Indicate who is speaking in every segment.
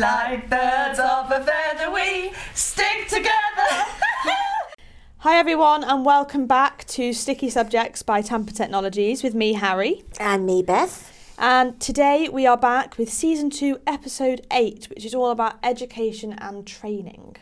Speaker 1: Like birds of a feather, we stick together.
Speaker 2: Hi everyone, and welcome back to Sticky Subjects by Tampa Technologies with me, Harry.
Speaker 3: And me, Beth.
Speaker 2: And today we are back with season two, episode eight, which is all about education and training.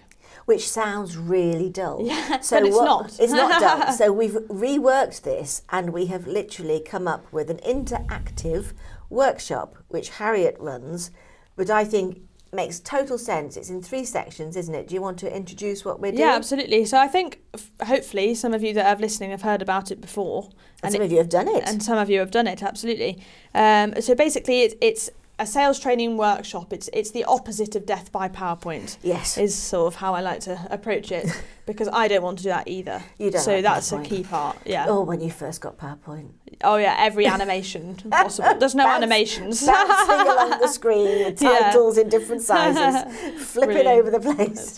Speaker 3: Which sounds really dull. Yeah,
Speaker 2: but it's not.
Speaker 3: It's not dull. So we've reworked this and we have literally come up with an interactive workshop which Harriet runs, but I think makes total sense. It's in three sections, isn't it? Do you want to introduce what we're doing?
Speaker 2: Yeah, absolutely. So I think f- hopefully some of you that are listening have heard about it before,
Speaker 3: And
Speaker 2: and
Speaker 3: some
Speaker 2: it-
Speaker 3: of you have done it.
Speaker 2: and some of you have done it absolutely. Um, so basically, it's it's a sales training workshop. It's it's the opposite of death by PowerPoint.
Speaker 3: yes.
Speaker 2: Is sort of how I like to approach it because I don't want to do that either.
Speaker 3: You don't
Speaker 2: So
Speaker 3: like
Speaker 2: that's a
Speaker 3: PowerPoint.
Speaker 2: key part. Yeah. Oh,
Speaker 3: Oh, when you first got PowerPoint.
Speaker 2: yeah. Every animation possible. There's no
Speaker 3: Bounce-
Speaker 2: animations.
Speaker 3: Bouncing along the screen with
Speaker 2: Yeah.
Speaker 3: titles in different sizes, flipping
Speaker 2: Brilliant.
Speaker 3: over the place.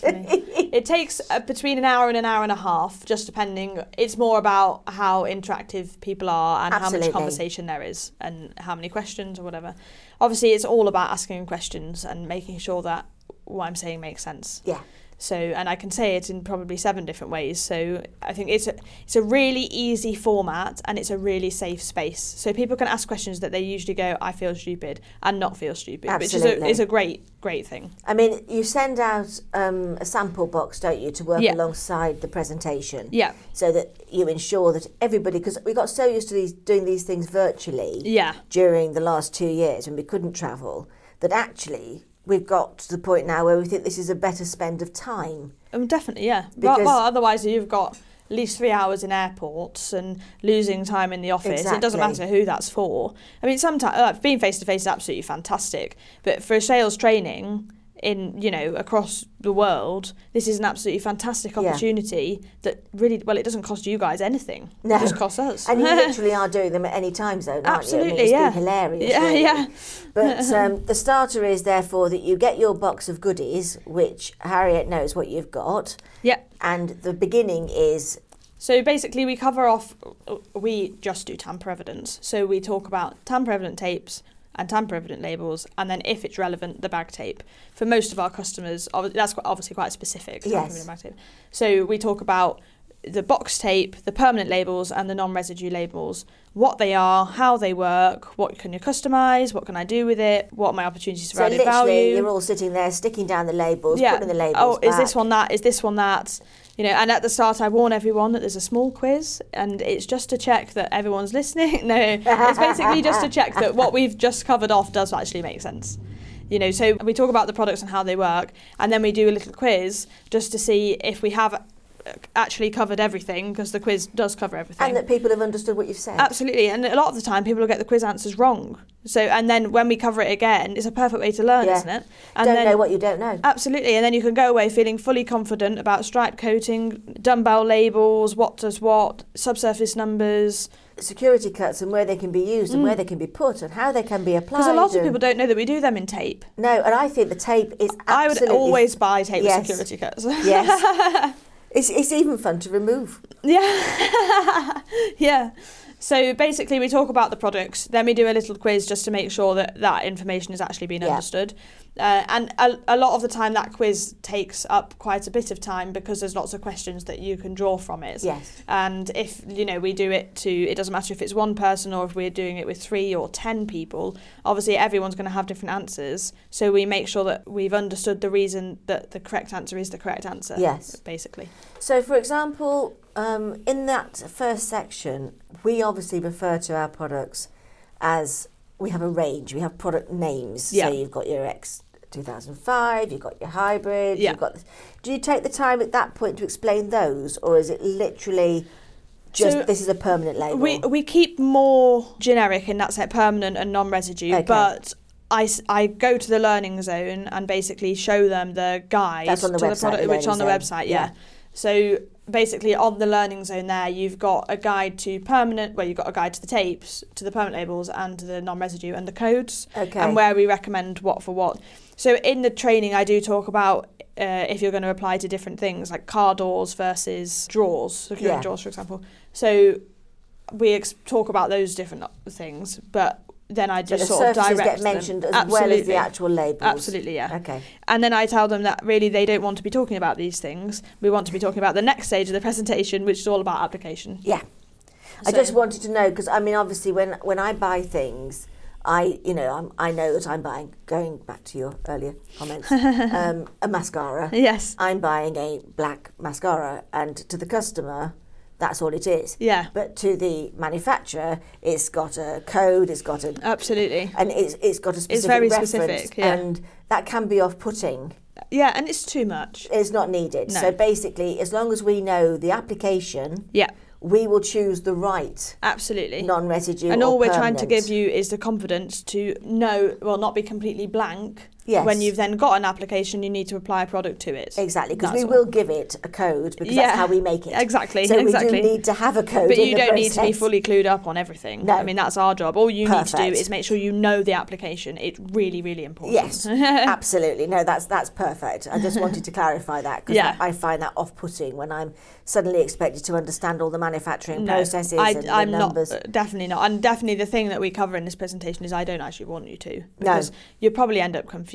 Speaker 2: That's funny. it takes uh, between an hour and an hour and a half, just depending. It's more about how interactive people are and how
Speaker 3: Absolutely.
Speaker 2: much conversation there is and how many questions or whatever. Obviously, it's all about asking questions and making sure that what I'm saying makes sense.
Speaker 3: Yeah.
Speaker 2: So, and I can say it in probably seven different ways. So, I think it's a, it's a really easy format and it's a really safe space. So people can ask questions that they usually go, "I feel stupid," and not feel stupid, which is
Speaker 3: Absolutely.
Speaker 2: a, is a great great thing.
Speaker 3: I mean, you send out um, a sample box, don't you, to work
Speaker 2: Yeah.
Speaker 3: alongside the presentation.
Speaker 2: Yeah.
Speaker 3: So that you ensure that everybody, because we got so used to these, doing these things virtually
Speaker 2: Yeah.
Speaker 3: during the last two years when we couldn't travel, that actually we've got to the point now where we think this is a better spend of time.
Speaker 2: Um, definitely, yeah. Well,
Speaker 3: Because-
Speaker 2: well, otherwise you've got at least three hours in airports and losing time in the office. It doesn't
Speaker 3: Exactly.
Speaker 2: matter who that's for. I mean, sometimes uh, being face to face is absolutely fantastic, but for sales training in you know across the world, this is an absolutely fantastic
Speaker 3: Yeah.
Speaker 2: opportunity that really well it doesn't cost you guys anything.
Speaker 3: No.
Speaker 2: It just costs us.
Speaker 3: And you literally are doing them at any time zone, aren't you? I mean,
Speaker 2: Absolutely,
Speaker 3: it's
Speaker 2: yeah.
Speaker 3: been hilarious.
Speaker 2: yeah,
Speaker 3: really.
Speaker 2: yeah.
Speaker 3: But um, the starter is therefore that you get your box of goodies, which Harriet knows what you've got,
Speaker 2: Yeah.
Speaker 3: and the beginning is
Speaker 2: So basically, we cover off. We just do tamper evidence. So we talk about tamper evident tapes and tamper evident labels, and then if it's relevant, the bag tape. For most of our customers, ob- that's quite- obviously quite specific. tamper
Speaker 3: Yes.
Speaker 2: evident bag tape. So we talk about the box tape, the permanent labels, and the non-residue labels. What they are, how they work, what can you customise, what can I do with it, what are my opportunities for
Speaker 3: So
Speaker 2: added
Speaker 3: literally,
Speaker 2: value.
Speaker 3: you're all sitting there sticking down the labels, putting the labels.
Speaker 2: Oh, is this
Speaker 3: back.
Speaker 2: one that? Is this one that? You know, and at the start, I warn everyone that there's a small quiz, and it's just to check that everyone's listening. no, it's basically just to check that what we've just covered off does actually make sense. You know, so we talk about the products and how they work, and then we do a little quiz just to see if we have uh, actually covered everything, because the quiz does cover everything.
Speaker 3: And that people have understood what you've said.
Speaker 2: Absolutely, and a lot of the time people will get the quiz answers wrong. So, and then when we cover it again, it's a perfect way to learn,
Speaker 3: Yeah.
Speaker 2: isn't it? And
Speaker 3: don't
Speaker 2: then,
Speaker 3: know what you don't know.
Speaker 2: Absolutely, and then you can go away feeling fully confident about stripe coating, dumbbell labels, what does what, subsurface numbers.
Speaker 3: Security cuts and where they can be used and where they can be put and how they can be applied.
Speaker 2: Because Mm. a lot of
Speaker 3: and-
Speaker 2: people don't know that we do them in tape.
Speaker 3: No, and I think the tape is absolutely.
Speaker 2: I would always buy tape
Speaker 3: Yes.
Speaker 2: with security cuts.
Speaker 3: yes. It's, it's even fun to remove.
Speaker 2: yeah, yeah. So basically, we talk about the products, then we do a little quiz just to make sure that that information is actually being
Speaker 3: Yeah.
Speaker 2: understood. Uh, and a, a lot of the time, that quiz takes up quite a bit of time because there's lots of questions that you can draw from it.
Speaker 3: Yes.
Speaker 2: And if you know we do it to, it doesn't matter if it's one person or if we're doing it with three or ten people. Obviously, everyone's going to have different answers, so we make sure that we've understood the reason that the correct answer is the correct answer.
Speaker 3: Yes.
Speaker 2: basically.
Speaker 3: So, for example, um, in that first section, we obviously refer to our products as we have a range, we have product names.
Speaker 2: Yeah.
Speaker 3: So, you've got your X. 2005, you've got your hybrid,
Speaker 2: Yeah.
Speaker 3: you've got. This. Do you take the time at that point to explain those, or is it literally just
Speaker 2: So
Speaker 3: this is a permanent label?
Speaker 2: We we keep more generic in that set, permanent and non-residue,
Speaker 3: Okay.
Speaker 2: but. I, s- I go to the learning zone and basically show them the guide
Speaker 3: That's on the
Speaker 2: to
Speaker 3: website,
Speaker 2: the product
Speaker 3: the
Speaker 2: which on the
Speaker 3: learning zone.
Speaker 2: website
Speaker 3: Yeah.
Speaker 2: yeah. So basically, on the learning zone, there you've got a guide to permanent. Well, you've got a guide to the tapes, to the permanent labels, and to the non-residue and the codes,
Speaker 3: Okay.
Speaker 2: and where we recommend what for what. So in the training, I do talk about uh, if you're going to apply to different things, like car doors versus drawers, securing
Speaker 3: Yeah.
Speaker 2: drawers, for example. So we ex- talk about those different o- things, but then I
Speaker 3: So the
Speaker 2: just sort of
Speaker 3: surfaces
Speaker 2: direct
Speaker 3: get
Speaker 2: them.
Speaker 3: mentioned as
Speaker 2: Absolutely.
Speaker 3: well as the actual labels.
Speaker 2: Absolutely, yeah.
Speaker 3: Okay.
Speaker 2: And then I tell them that really they don't want to be talking about these things. We want to be talking about the next stage of the presentation, which is all about application.
Speaker 3: Yeah. I
Speaker 2: So-
Speaker 3: just wanted to know because I mean, obviously, when when I buy things, I you know I'm, I know that I'm buying. Going back to your earlier comments, um, a mascara.
Speaker 2: Yes.
Speaker 3: I'm buying a black mascara, and to the customer, that's all it is.
Speaker 2: Yeah.
Speaker 3: But to the manufacturer, it's got a code. It's got a
Speaker 2: Absolutely.
Speaker 3: and it's it's got a specific
Speaker 2: very
Speaker 3: reference,
Speaker 2: specific, yeah.
Speaker 3: and that can be off-putting.
Speaker 2: Yeah, and it's too much.
Speaker 3: It's not needed.
Speaker 2: No.
Speaker 3: So basically, as long as we know the application,
Speaker 2: Yeah,
Speaker 3: we will choose the right
Speaker 2: absolutely.
Speaker 3: non-residue.
Speaker 2: and
Speaker 3: or
Speaker 2: all we're trying to
Speaker 3: permanent.
Speaker 2: give you is the confidence to know, well, not be completely blank
Speaker 3: Yes.
Speaker 2: when you've then got an application, you need to apply a product to it.
Speaker 3: Exactly, because
Speaker 2: That's
Speaker 3: we
Speaker 2: all.
Speaker 3: will give it a code because
Speaker 2: Yeah,
Speaker 3: that's how we make it.
Speaker 2: exactly,
Speaker 3: So
Speaker 2: exactly.
Speaker 3: we do need to have a code.
Speaker 2: But
Speaker 3: in
Speaker 2: you
Speaker 3: the
Speaker 2: don't need to be
Speaker 3: process.
Speaker 2: fully clued up on everything.
Speaker 3: No.
Speaker 2: I mean, that's our job. All you need to
Speaker 3: Perfect.
Speaker 2: do is make sure you know the application. It's really, really important.
Speaker 3: Yes, absolutely. No, that's that's perfect. I just wanted to clarify that because
Speaker 2: Yeah.
Speaker 3: I find that off-putting when I'm suddenly expected to understand all the manufacturing processes
Speaker 2: I,
Speaker 3: and
Speaker 2: I'm
Speaker 3: the numbers.
Speaker 2: not uh, definitely not, and definitely the thing that we cover in this presentation is I don't actually want you to because
Speaker 3: No.
Speaker 2: you'll probably end up confused.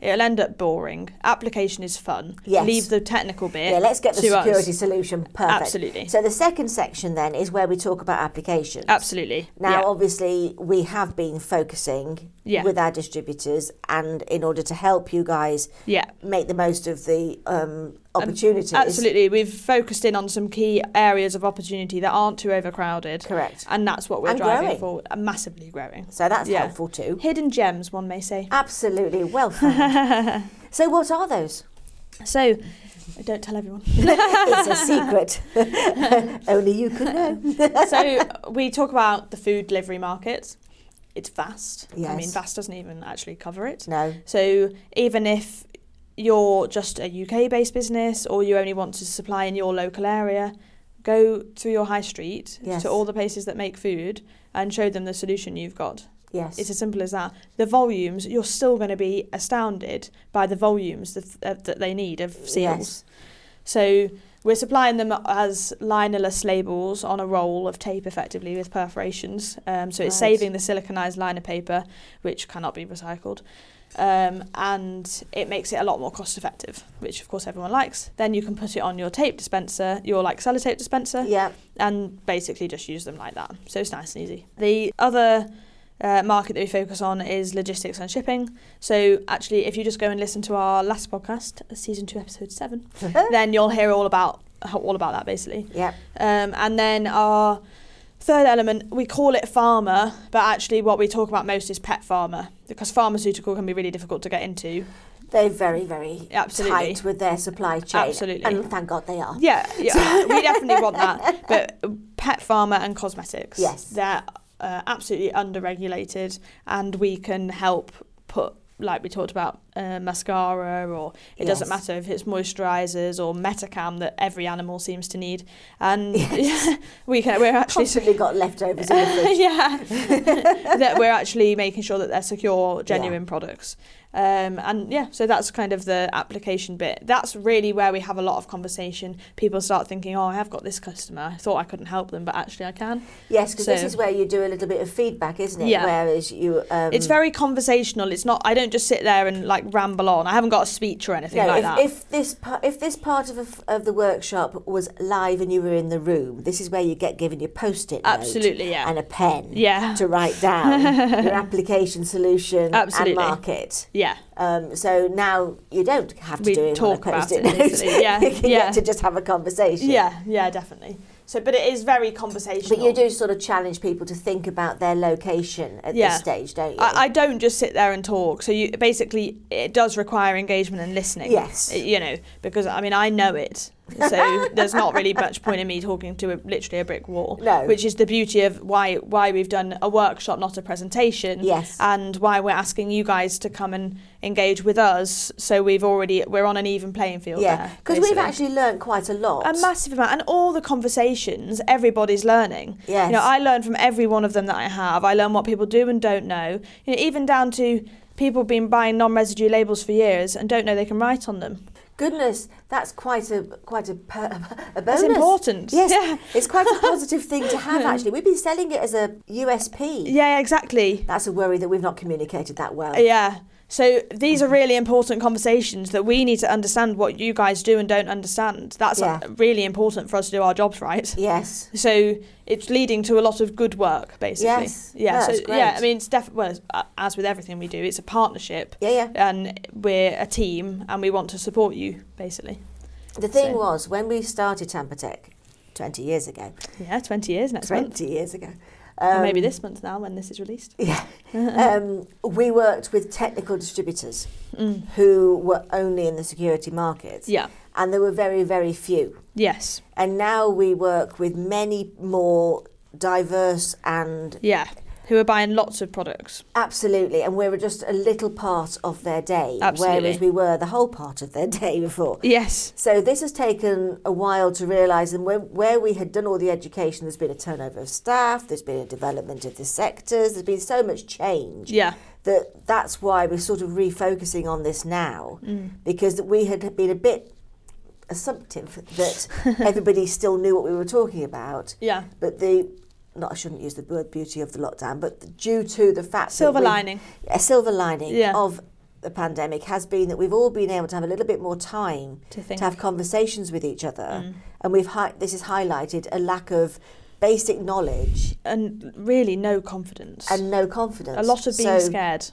Speaker 2: It'll end up boring. Application is fun.
Speaker 3: Yes.
Speaker 2: Leave the technical bit.
Speaker 3: yeah, let's get the
Speaker 2: to us.
Speaker 3: security solution perfect.
Speaker 2: Absolutely.
Speaker 3: So the second section then is where we talk about applications.
Speaker 2: Absolutely.
Speaker 3: Now,
Speaker 2: yeah.
Speaker 3: obviously, we have been focusing
Speaker 2: Yeah.
Speaker 3: with our distributors, and in order to help you guys
Speaker 2: yeah.
Speaker 3: make the most of the um, opportunities.
Speaker 2: Absolutely. We've focused in on some key areas of opportunity that aren't too overcrowded.
Speaker 3: Correct.
Speaker 2: And that's what we're
Speaker 3: And
Speaker 2: driving
Speaker 3: growing.
Speaker 2: forward. And massively growing.
Speaker 3: So that's
Speaker 2: Yeah.
Speaker 3: helpful too.
Speaker 2: Hidden gems, one may say.
Speaker 3: Absolutely, well found. so, what are those?
Speaker 2: So, don't tell everyone.
Speaker 3: it's a secret. Only you can know.
Speaker 2: so we talk about the food delivery market. It's vast. I mean,
Speaker 3: Yes.
Speaker 2: vast doesn't even actually cover it.
Speaker 3: No.
Speaker 2: So even if you're just a UK-based business or you only want to supply in your local area, go to your high street
Speaker 3: Yes.
Speaker 2: to all the places that make food and show them the solution you've got.
Speaker 3: Yes.
Speaker 2: It's as simple as that. The volumes you're still going to be astounded by the volumes that, uh, that they need of seals.
Speaker 3: Yes.
Speaker 2: So we're supplying them as lineless labels on a roll of tape, effectively with perforations. Um, so it's
Speaker 3: Right.
Speaker 2: saving the siliconized liner paper, which cannot be recycled, um, and it makes it a lot more cost effective, which of course everyone likes. Then you can put it on your tape dispenser, your like sellotape dispenser,
Speaker 3: Yeah.
Speaker 2: and basically just use them like that. So it's nice and easy. The other uh, market that we focus on is logistics and shipping. So actually, if you just go and listen to our last podcast, season two, episode seven, then you'll hear all about all about that basically.
Speaker 3: Yep.
Speaker 2: Um, and then our third element, we call it farmer, but actually what we talk about most is pet farmer because pharmaceutical can be really difficult to get into.
Speaker 3: They're very, very
Speaker 2: Absolutely.
Speaker 3: tight with their supply chain.
Speaker 2: Absolutely.
Speaker 3: And thank God they are.
Speaker 2: Yeah, yeah, we definitely want that. But pet pharma and cosmetics,
Speaker 3: Yes.
Speaker 2: they're uh, absolutely underregulated, and we can help put. Like we talked about uh, mascara, or it doesn't
Speaker 3: Yes.
Speaker 2: matter if it's moisturisers or Metacam that every animal seems to need, and we can we're actually
Speaker 3: Constantly got leftovers in the fridge.
Speaker 2: yeah, that we're actually making sure that they're secure, genuine products. Um, and yeah, so that's kind of the application bit. That's really where we have a lot of conversation. People start thinking, oh, I have got this customer. I thought I couldn't help them, but actually I can.
Speaker 3: Yes, because this
Speaker 2: So-
Speaker 3: is where you do a little bit of feedback, isn't it?
Speaker 2: Yeah.
Speaker 3: Whereas you. Um,
Speaker 2: It's very conversational. It's not, I don't just sit there and like ramble on. I haven't got a speech or anything
Speaker 3: No,
Speaker 2: like
Speaker 3: if,
Speaker 2: that.
Speaker 3: if this par- if this part of, a f of the workshop was live and you were in the room, this is where you get given your post-it note
Speaker 2: Absolutely, yeah.
Speaker 3: and a pen
Speaker 2: yeah.
Speaker 3: to write down your application solution
Speaker 2: Absolutely.
Speaker 3: and market.
Speaker 2: Yeah.
Speaker 3: Um, so now you don't have to
Speaker 2: We
Speaker 3: do it
Speaker 2: talk
Speaker 3: on a
Speaker 2: about
Speaker 3: post-it
Speaker 2: it,
Speaker 3: note.
Speaker 2: basically. Yeah,
Speaker 3: you can
Speaker 2: yeah.
Speaker 3: get to just have a conversation.
Speaker 2: Yeah. Yeah, definitely. So, but it is very conversational.
Speaker 3: But you do sort of challenge people to think about their location at
Speaker 2: Yeah.
Speaker 3: this stage, don't you?
Speaker 2: I, I don't just sit there and talk. So you basically it does require engagement and listening.
Speaker 3: Yes.
Speaker 2: Uh, You know, because I mean I know it. So there's not really much point in me talking to a, literally a brick wall.
Speaker 3: No.
Speaker 2: Which is the beauty of why why we've done a workshop, not a presentation.
Speaker 3: Yes.
Speaker 2: And why we're asking you guys to come and engage with us. So we've already we're on an even playing field.
Speaker 3: yeah,
Speaker 2: there,
Speaker 3: because we've
Speaker 2: basically.
Speaker 3: actually learned quite a lot.
Speaker 2: A massive amount, and all the conversations, everybody's learning.
Speaker 3: Yes.
Speaker 2: You know, I learn from every one of them that I have. I learn what people do and don't know. You know, even down to people have been buying non-residue labels for years and don't know they can write on them.
Speaker 3: Goodness, that's quite a quite a per, a bonus.
Speaker 2: That's important.
Speaker 3: Yes,
Speaker 2: Yeah.
Speaker 3: it's quite a positive thing to have. Actually, we've been selling it as a USP.
Speaker 2: Yeah, exactly.
Speaker 3: That's a worry that we've not communicated that well.
Speaker 2: Yeah. So these are really important conversations that we need to understand what you guys do and don't understand. That's uh,
Speaker 3: Yeah.
Speaker 2: really important for us to do our jobs right.
Speaker 3: Yes.
Speaker 2: So it's leading to a lot of good work, basically.
Speaker 3: Yes.
Speaker 2: Yeah.
Speaker 3: No,
Speaker 2: so
Speaker 3: that's
Speaker 2: yeah,
Speaker 3: great.
Speaker 2: I mean, it's definitely well, it's- uh, as with everything we do, it's a partnership,
Speaker 3: Yeah, yeah.
Speaker 2: and we're a team, and we want to support you, basically.
Speaker 3: The thing
Speaker 2: So-
Speaker 3: was, when we started Tampatech 20 years ago,
Speaker 2: Yeah, twenty years next month,
Speaker 3: 20 years ago,
Speaker 2: or
Speaker 3: um,
Speaker 2: maybe this month Uh-huh. now when this is released.
Speaker 3: Yeah. um, we worked with technical distributors mm. who were only in the security market,
Speaker 2: Yeah.
Speaker 3: and there were very, very few.
Speaker 2: Yes.
Speaker 3: And now we work with many more diverse and
Speaker 2: Yeah. Who are buying lots of products?
Speaker 3: absolutely, and we're just a little part of their day, whereas
Speaker 2: Absolutely.
Speaker 3: we were the whole part of their day before.
Speaker 2: Yes.
Speaker 3: So this has taken a while to realise, and where, where we had done all the education, there's been a turnover of staff, there's been a development of the sectors, there's been so much change
Speaker 2: Yeah.
Speaker 3: that that's why we're sort of refocusing on this now,
Speaker 2: Mm.
Speaker 3: because we had been a bit assumptive that everybody still knew what we were talking about,
Speaker 2: Yeah.
Speaker 3: but the not I shouldn't use the word beauty of the lockdown, but due to the fact that
Speaker 2: Silver
Speaker 3: we-
Speaker 2: lining.
Speaker 3: a silver lining
Speaker 2: Yeah.
Speaker 3: of the pandemic has been that we've all been able to have a little bit more time
Speaker 2: To think. Mm.
Speaker 3: have conversations with each other, and we've hi- this has highlighted a lack of basic knowledge
Speaker 2: and really no confidence.
Speaker 3: and no confidence.
Speaker 2: a lot of being
Speaker 3: So
Speaker 2: scared. Mm.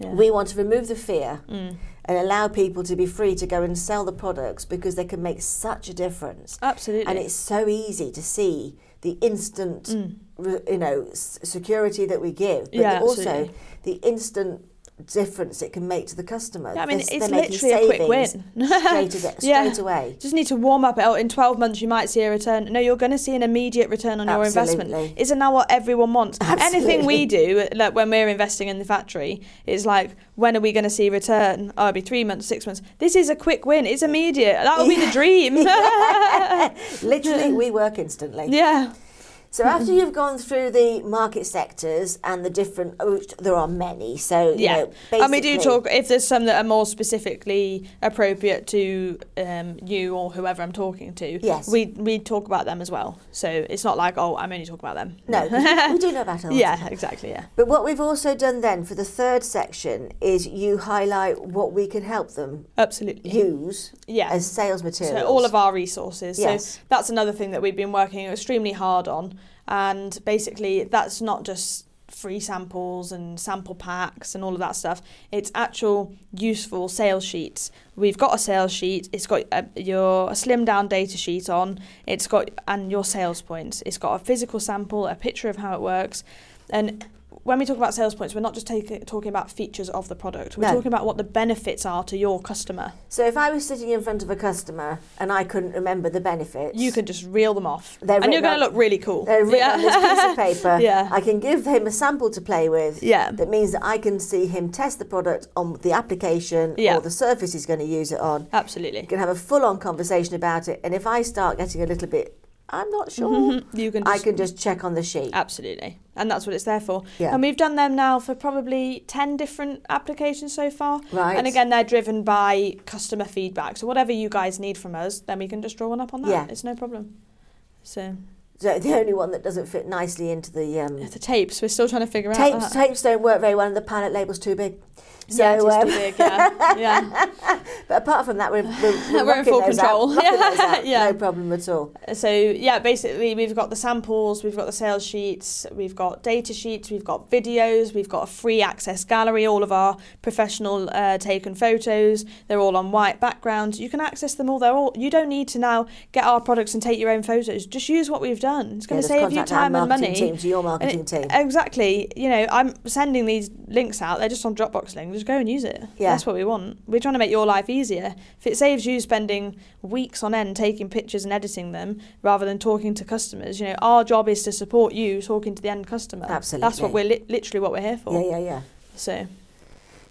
Speaker 2: Yeah.
Speaker 3: We want to remove the fear and allow people to be free to go and sell the products because they can make such a difference.
Speaker 2: Absolutely. Mm.
Speaker 3: And it's so easy to see the instant, re- you know, s- security that we give, but
Speaker 2: Yeah,
Speaker 3: also
Speaker 2: absolutely.
Speaker 3: the instant difference it can make to the customer.
Speaker 2: Yeah, I mean,
Speaker 3: This-
Speaker 2: it's
Speaker 3: they're making
Speaker 2: literally a quick
Speaker 3: savings
Speaker 2: win.
Speaker 3: straight, away,
Speaker 2: Yeah.
Speaker 3: straight away.
Speaker 2: Just need to warm up. Oh, in 12 months, you might see a return. No, you're going to see an immediate return on your
Speaker 3: Absolutely.
Speaker 2: investment. Isn't that what everyone wants? Anything
Speaker 3: Absolutely.
Speaker 2: we do, like when we're investing in the factory, it's like, when are we going to see return? Oh, it'll be three months, six months. This is a quick win. It's immediate. That'll be the dream.
Speaker 3: Literally, we work instantly.
Speaker 2: yeah.
Speaker 3: So after you've gone through the market sectors and the different, oh, which there are many. So you
Speaker 2: Yeah,
Speaker 3: know,
Speaker 2: and we do
Speaker 3: basically-
Speaker 2: talk if there's some that are more specifically appropriate to um, you or whoever I'm talking to.
Speaker 3: Yes.
Speaker 2: we we talk about them as well. So it's not like oh, I'm only talking about them.
Speaker 3: No, 'cause we we do know about a lot.
Speaker 2: yeah, exactly. Yeah,
Speaker 3: But what we've also done then for the third section is you highlight what we can help them
Speaker 2: absolutely.
Speaker 3: use
Speaker 2: yeah.
Speaker 3: as sales materials.
Speaker 2: so all of our resources.
Speaker 3: Yes.
Speaker 2: So that's another thing that we've been working extremely hard on, and basically that's not just free samples and sample packs and all of that stuff. It's actual useful sales sheets. We've got a sales sheet. It's got uh your slim down data sheet on. It's got and your sales points. It's got a physical sample, a picture of how it works, and. When we talk about sales points, we're not just take, talking about features of the product. We're
Speaker 3: No.
Speaker 2: talking about what the benefits are to your customer.
Speaker 3: So if I was sitting in front of a customer and I couldn't remember the benefits,
Speaker 2: you can just reel them off,
Speaker 3: They're
Speaker 2: and you're
Speaker 3: written
Speaker 2: going
Speaker 3: on-
Speaker 2: to look really cool.
Speaker 3: They're written on this piece of paper.
Speaker 2: Yeah.
Speaker 3: I can give him a sample to play with.
Speaker 2: Yeah.
Speaker 3: That means that I can see him test the product on the application
Speaker 2: Yeah.
Speaker 3: or the surface he's going to use it on.
Speaker 2: Absolutely,
Speaker 3: You can have a full-on conversation about it. And if I start getting a little bit, I'm not sure,
Speaker 2: you can. Just,
Speaker 3: I can just check on the sheet.
Speaker 2: Uh, absolutely, and that's what it's there for.
Speaker 3: Yeah.
Speaker 2: And we've done them now for probably ten different applications so far.
Speaker 3: Right.
Speaker 2: And again, they're driven by customer feedback. So whatever you guys need from us, then we can just draw one up on that.
Speaker 3: Yeah.
Speaker 2: It's no problem. So
Speaker 3: So the only one that doesn't fit nicely into the um,
Speaker 2: yeah, the tapes, we're still trying to figure out.
Speaker 3: tapes
Speaker 2: that.
Speaker 3: tapes don't work very well, and the palette label's too big. So,
Speaker 2: yeah, it is
Speaker 3: um,
Speaker 2: too big. Yeah, yeah.
Speaker 3: but apart from that, we're we're, we're,
Speaker 2: We're in
Speaker 3: rocking
Speaker 2: full
Speaker 3: those out-
Speaker 2: control.
Speaker 3: rocking those out,
Speaker 2: Yeah.
Speaker 3: no problem at all.
Speaker 2: So yeah, basically we've got the samples, we've got the sales sheets, we've got data sheets, we've got videos, we've got a free access gallery. All of our professional uh, taken photos, they're all on white backgrounds. You can access them all. They're all. You don't need to now get our products and take your own photos. Just use what we've done. It's going
Speaker 3: Yeah,
Speaker 2: to
Speaker 3: just
Speaker 2: save you
Speaker 3: contact our
Speaker 2: time and
Speaker 3: marketing
Speaker 2: money.
Speaker 3: Team to your
Speaker 2: And it- uh,
Speaker 3: marketing team.
Speaker 2: Exactly. You know, I'm sending these links out. They're just on Dropbox links. Just go and use it.
Speaker 3: Yeah.
Speaker 2: That's what we want. We're trying to make your life easier. If it saves you spending weeks on end taking pictures and editing them rather than talking to customers, you know, our job is to support you talking to the end customer. That's
Speaker 3: Absolutely.
Speaker 2: what we're li- literally what we're here for.
Speaker 3: yeah, yeah, yeah.
Speaker 2: So,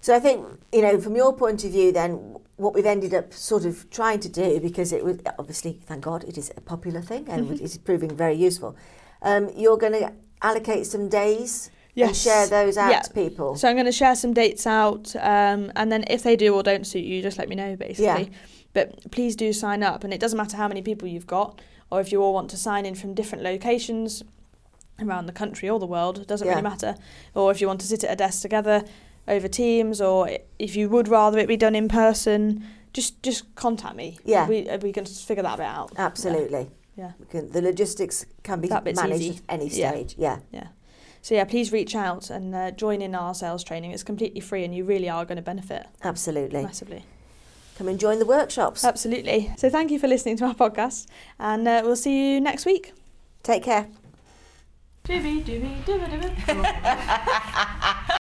Speaker 3: So I think you know, from your point of view, then what we've ended up sort of trying to do, because it was obviously, thank God, it is a
Speaker 2: Mm-hmm.
Speaker 3: popular thing and it is proving very useful. Um, you're going to allocate some days and share those out
Speaker 2: Yeah.
Speaker 3: to people.
Speaker 2: So I'm going to share some dates out, um, and then if they do or don't suit you, just let me know, basically. But please do sign up, and it doesn't matter how many people you've got, or if you all want to sign in from different locations around the country or the world, it doesn't
Speaker 3: Yeah.
Speaker 2: really matter. Or if you want to sit at a desk together over Teams, or i- if you would rather it be done in person, just just contact me.
Speaker 3: Yeah.
Speaker 2: we we can just figure that bit out. Yeah.
Speaker 3: Absolutely.
Speaker 2: Yeah.
Speaker 3: We can- the logistics can be
Speaker 2: That bit's
Speaker 3: managed
Speaker 2: easy.
Speaker 3: at any
Speaker 2: Yeah.
Speaker 3: stage. Yeah.
Speaker 2: So yeah, please reach out and uh, join in our sales training. It's completely free, and you really are going to benefit
Speaker 3: absolutely.
Speaker 2: massively.
Speaker 3: Come and join the workshops.
Speaker 2: Absolutely. So thank you for listening to our podcast, and uh, we'll see you next week.
Speaker 3: Take care.
Speaker 2: Doobie, doobie, doobie, doobie.